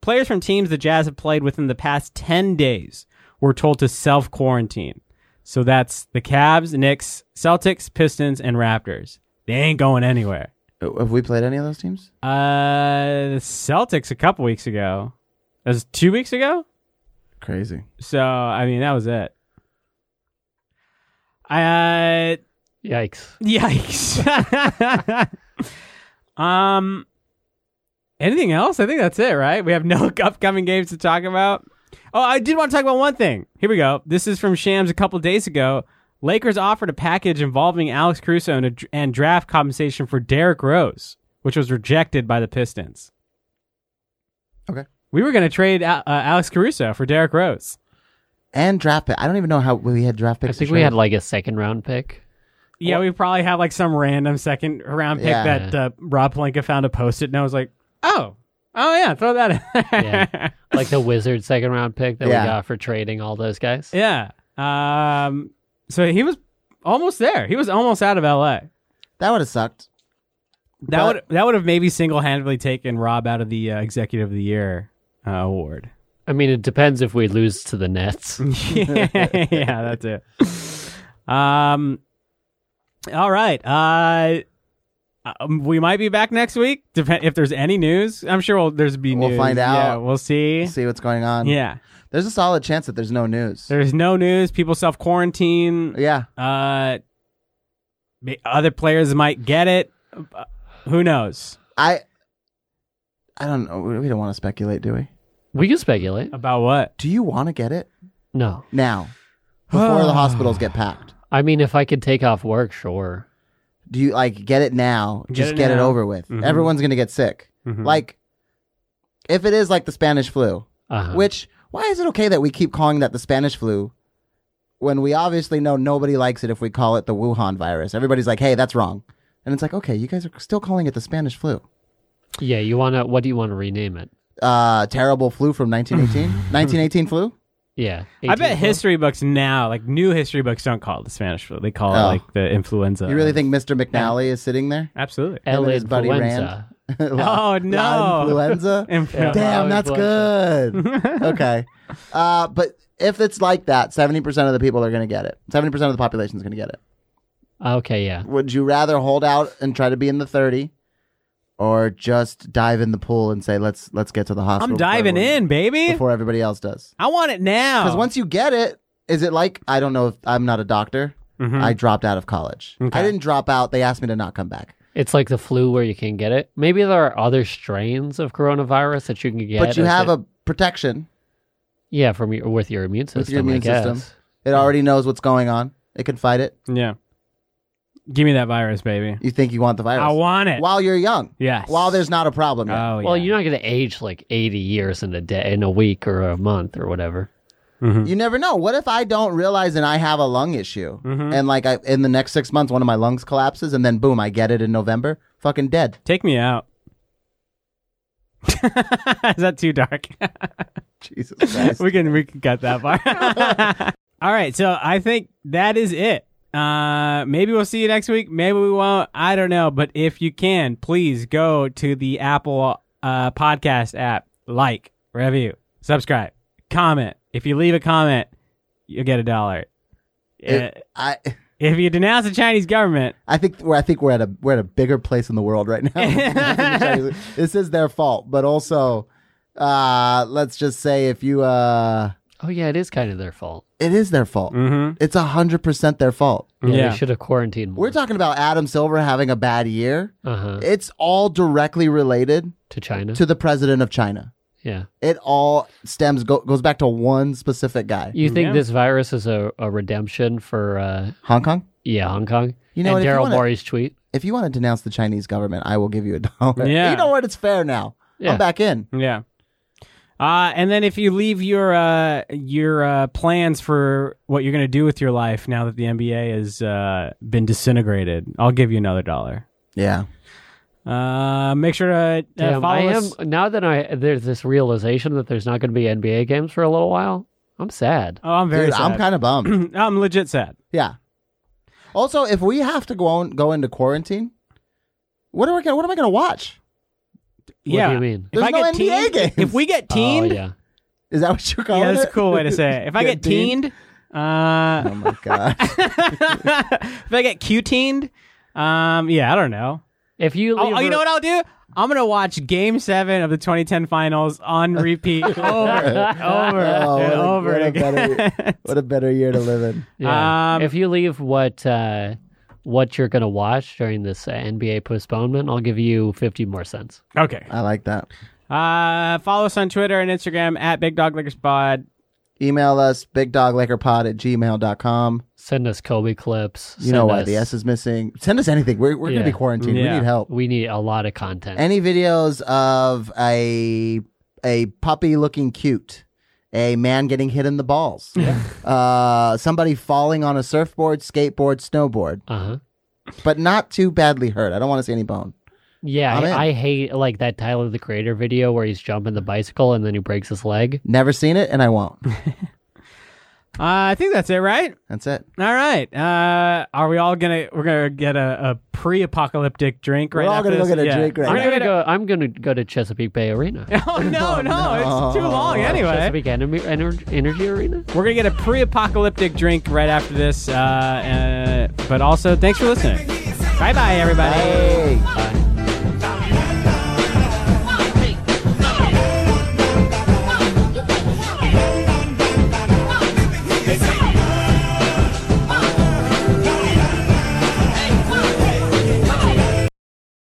players from teams the Jazz have played within the past ten days were told to self quarantine. So that's the Cavs, Knicks, Celtics, Pistons, and Raptors. They ain't going anywhere. Have we played any of those teams? Uh, the Celtics a couple weeks ago. That was two weeks ago. Crazy. So I mean that was it. I. Uh, Yikes. Yikes. um anything else? I think that's it, right? We have no upcoming games to talk about. Oh, I did want to talk about one thing. Here we go. This is from Shams a couple days ago. Lakers offered a package involving Alex Crusoe and, a, and draft compensation for Derrick Rose, which was rejected by the Pistons. Okay. We were going to trade uh, uh, Alex Caruso for Derrick Rose. And draft pick. I don't even know how we had draft I picks. think to we trade. had like a second round pick. Yeah, we probably have like some random second round pick Yeah. that uh, Rob Palenka found a post it, and I was like, oh, Oh yeah, throw that. In Yeah. like the wizard second round pick that Yeah. we got for trading all those guys. yeah. Yeah. Um. So he was almost there. He was almost out of L.A. That would have sucked. That But- would that would have maybe single handedly taken Rob out of the uh, Executive of the Year uh, award. I mean, it depends if we lose to the Nets. yeah, that's it. Um, all right. Uh, um, we might be back next week. Dep- if there's any news, I'm sure we'll, there's be We'll news. find Yeah, out. we'll see. See what's going on. Yeah, There's a solid chance that there's no news. there's no news. People self quarantine. yeah. Uh, may- other players might get it. Uh, Who knows I I don't know. We don't want to speculate, do we? We can speculate. about what? Do you want to get it No. now before the hospitals get packed? I mean, if I could take off work, sure. Do you like get it now? Get just it get it now. over with. Mhm. Everyone's going to get sick. Mhm. Like if it is like the Spanish flu, Uh-huh. which why is it okay that we keep calling that the Spanish flu when we obviously know nobody likes it if we call it the Wuhan virus? Everybody's like, "Hey, that's wrong." And it's like, "Okay, you guys are still calling it the Spanish flu." yeah, you want to, what do you want to rename it? Uh, terrible flu from 1918. 1918 flu? Yeah. I bet 1812? history books now, like new history books, don't call it the Spanish flu. They call it Oh. like the influenza. You really think Mr. McNally is sitting there? Absolutely. and L his buddy influenza. La- Oh, no. La influenza. Influenza. Damn, that's good. okay, uh, but if it's like that, seventy percent of the people are going to get it. Seventy percent of the population is going to get it. Okay, yeah. Would you rather hold out and try to be in the thirty, or just dive in the pool and say let's let's get to the hospital? I'm before diving everyone- in, Oh. baby. before everybody else does. I want it now. Because once you get it, is it like I don't know if I'm not a doctor. Mhm. I dropped out of college. Okay. I didn't drop out. They asked me to not come back. It's like the flu where you can get it. Maybe there are other strains of coronavirus that you can get. but you as have a- a protection. yeah from your with your immune system. With your immune I guess. system. It already knows what's going on. It can fight it. yeah. Give me that virus, baby. You think you want the virus? I want it. While you're young. yes. While there's not a problem yet. Oh, Well, yeah. you're not going to age like 80 years in a day, in a week, or a month, or whatever. Mhm. You never know. What if I don't realize and I have a lung issue? And like I, in the next six months, one of my lungs collapses and then boom, I get it in November. Fucking dead. Take me out. Is that too dark? Jesus Christ. we can we can cut that part. All right, so I think that is it. Uh, maybe we'll see you next week. Maybe we won't. I don't know. But if you can, please go to the Apple uh, podcast app, like, review, subscribe, comment. If you leave a comment, you'll get a dollar. It- Uh, I, if you denounce the Chinese government, I think we're I think we're at a we're at a bigger place in the world right now. this is their fault, but also, uh, let's just say if you uh, Oh yeah, it is kind of their fault. it is their fault. mm-hmm, It's a hundred percent their fault. Yeah, Yeah. they should have quarantined more. We're talking about Adam Silver having a bad year. uh-huh. It's all directly related to China. to the president of China. yeah, It all stems go, goes back to one specific guy. you think Yeah. this virus is a, a redemption for uh, Hong Kong. yeah Hong Kong? You know what, and if you Daryl wanna- Morey's tweet. If you want to denounce the Chinese government, I will give you a dollar. Yeah. You know what? It's fair now. Yeah. I'm back in. yeah. Uh, and then if you leave your uh, your uh, plans for what you're going to do with your life now that the NBA has uh, been disintegrated, I'll give you another dollar. Yeah. Uh, make sure to uh, Damn, follow I us. am now that I there's this realization that there's not going to be NBA games for a little while. I'm sad. Oh, I'm very Dude, sad. I'm kind of bummed. I'm legit sad. Yeah. Also, if we have to go on, go into quarantine, what are we gonna, what am I going to watch? yeah. What do you mean? If There's I no get NBA teened, games. if we get teened, Oh yeah. Is that what you're calling yeah, that's it? a cool way to say it. If I get teened, Oh uh, my god. if I get Q teened, um, yeah, I don't know. If you leave Oh, oh, you her- know what I'll do? I'm gonna watch Game Seven of the 2010 Finals on repeat over, and over, Oh, and what a- over what a again. what a better year to live in. Yeah. Um, if you leave what uh, what you're gonna watch during this uh, NBA postponement, I'll give you fifty more cents. okay. I like that. Uh, follow us on Twitter and Instagram at Big Dog Liquor Pod. Email us bigdoglikerpod at gmail.com. Send us Kobe clips. You know send why us- the S is missing. Send us anything. We're, we're Yeah. going to be quarantined. Yeah. We need help. We need a lot of content. Any videos of a a puppy looking cute, a man getting hit in the balls, uh, somebody falling on a surfboard, skateboard, snowboard, uh huh. but not too badly hurt. I don't want to see any bone. Yeah, I'm in. I, I hate like that Tyler the Creator video where he's jumping the bicycle and then he breaks his leg. Never seen it, and I won't. Uh, I think that's it, right? That's it. All right. Uh, are we all gonna? We're gonna get a, a pre-apocalyptic drink right We're all after gonna go this? get a Yeah. drink right We're I'm now. gonna gonna get go. I'm gonna go to Chesapeake Bay Arena. a- Oh no, no, no. it's too long. Anyway, Chesapeake Enemy, Ener- Energy Arena. We're gonna get a pre-apocalyptic drink right after this. Uh, uh, but also, thanks for listening. Bye, bye, everybody. Hey. Bye.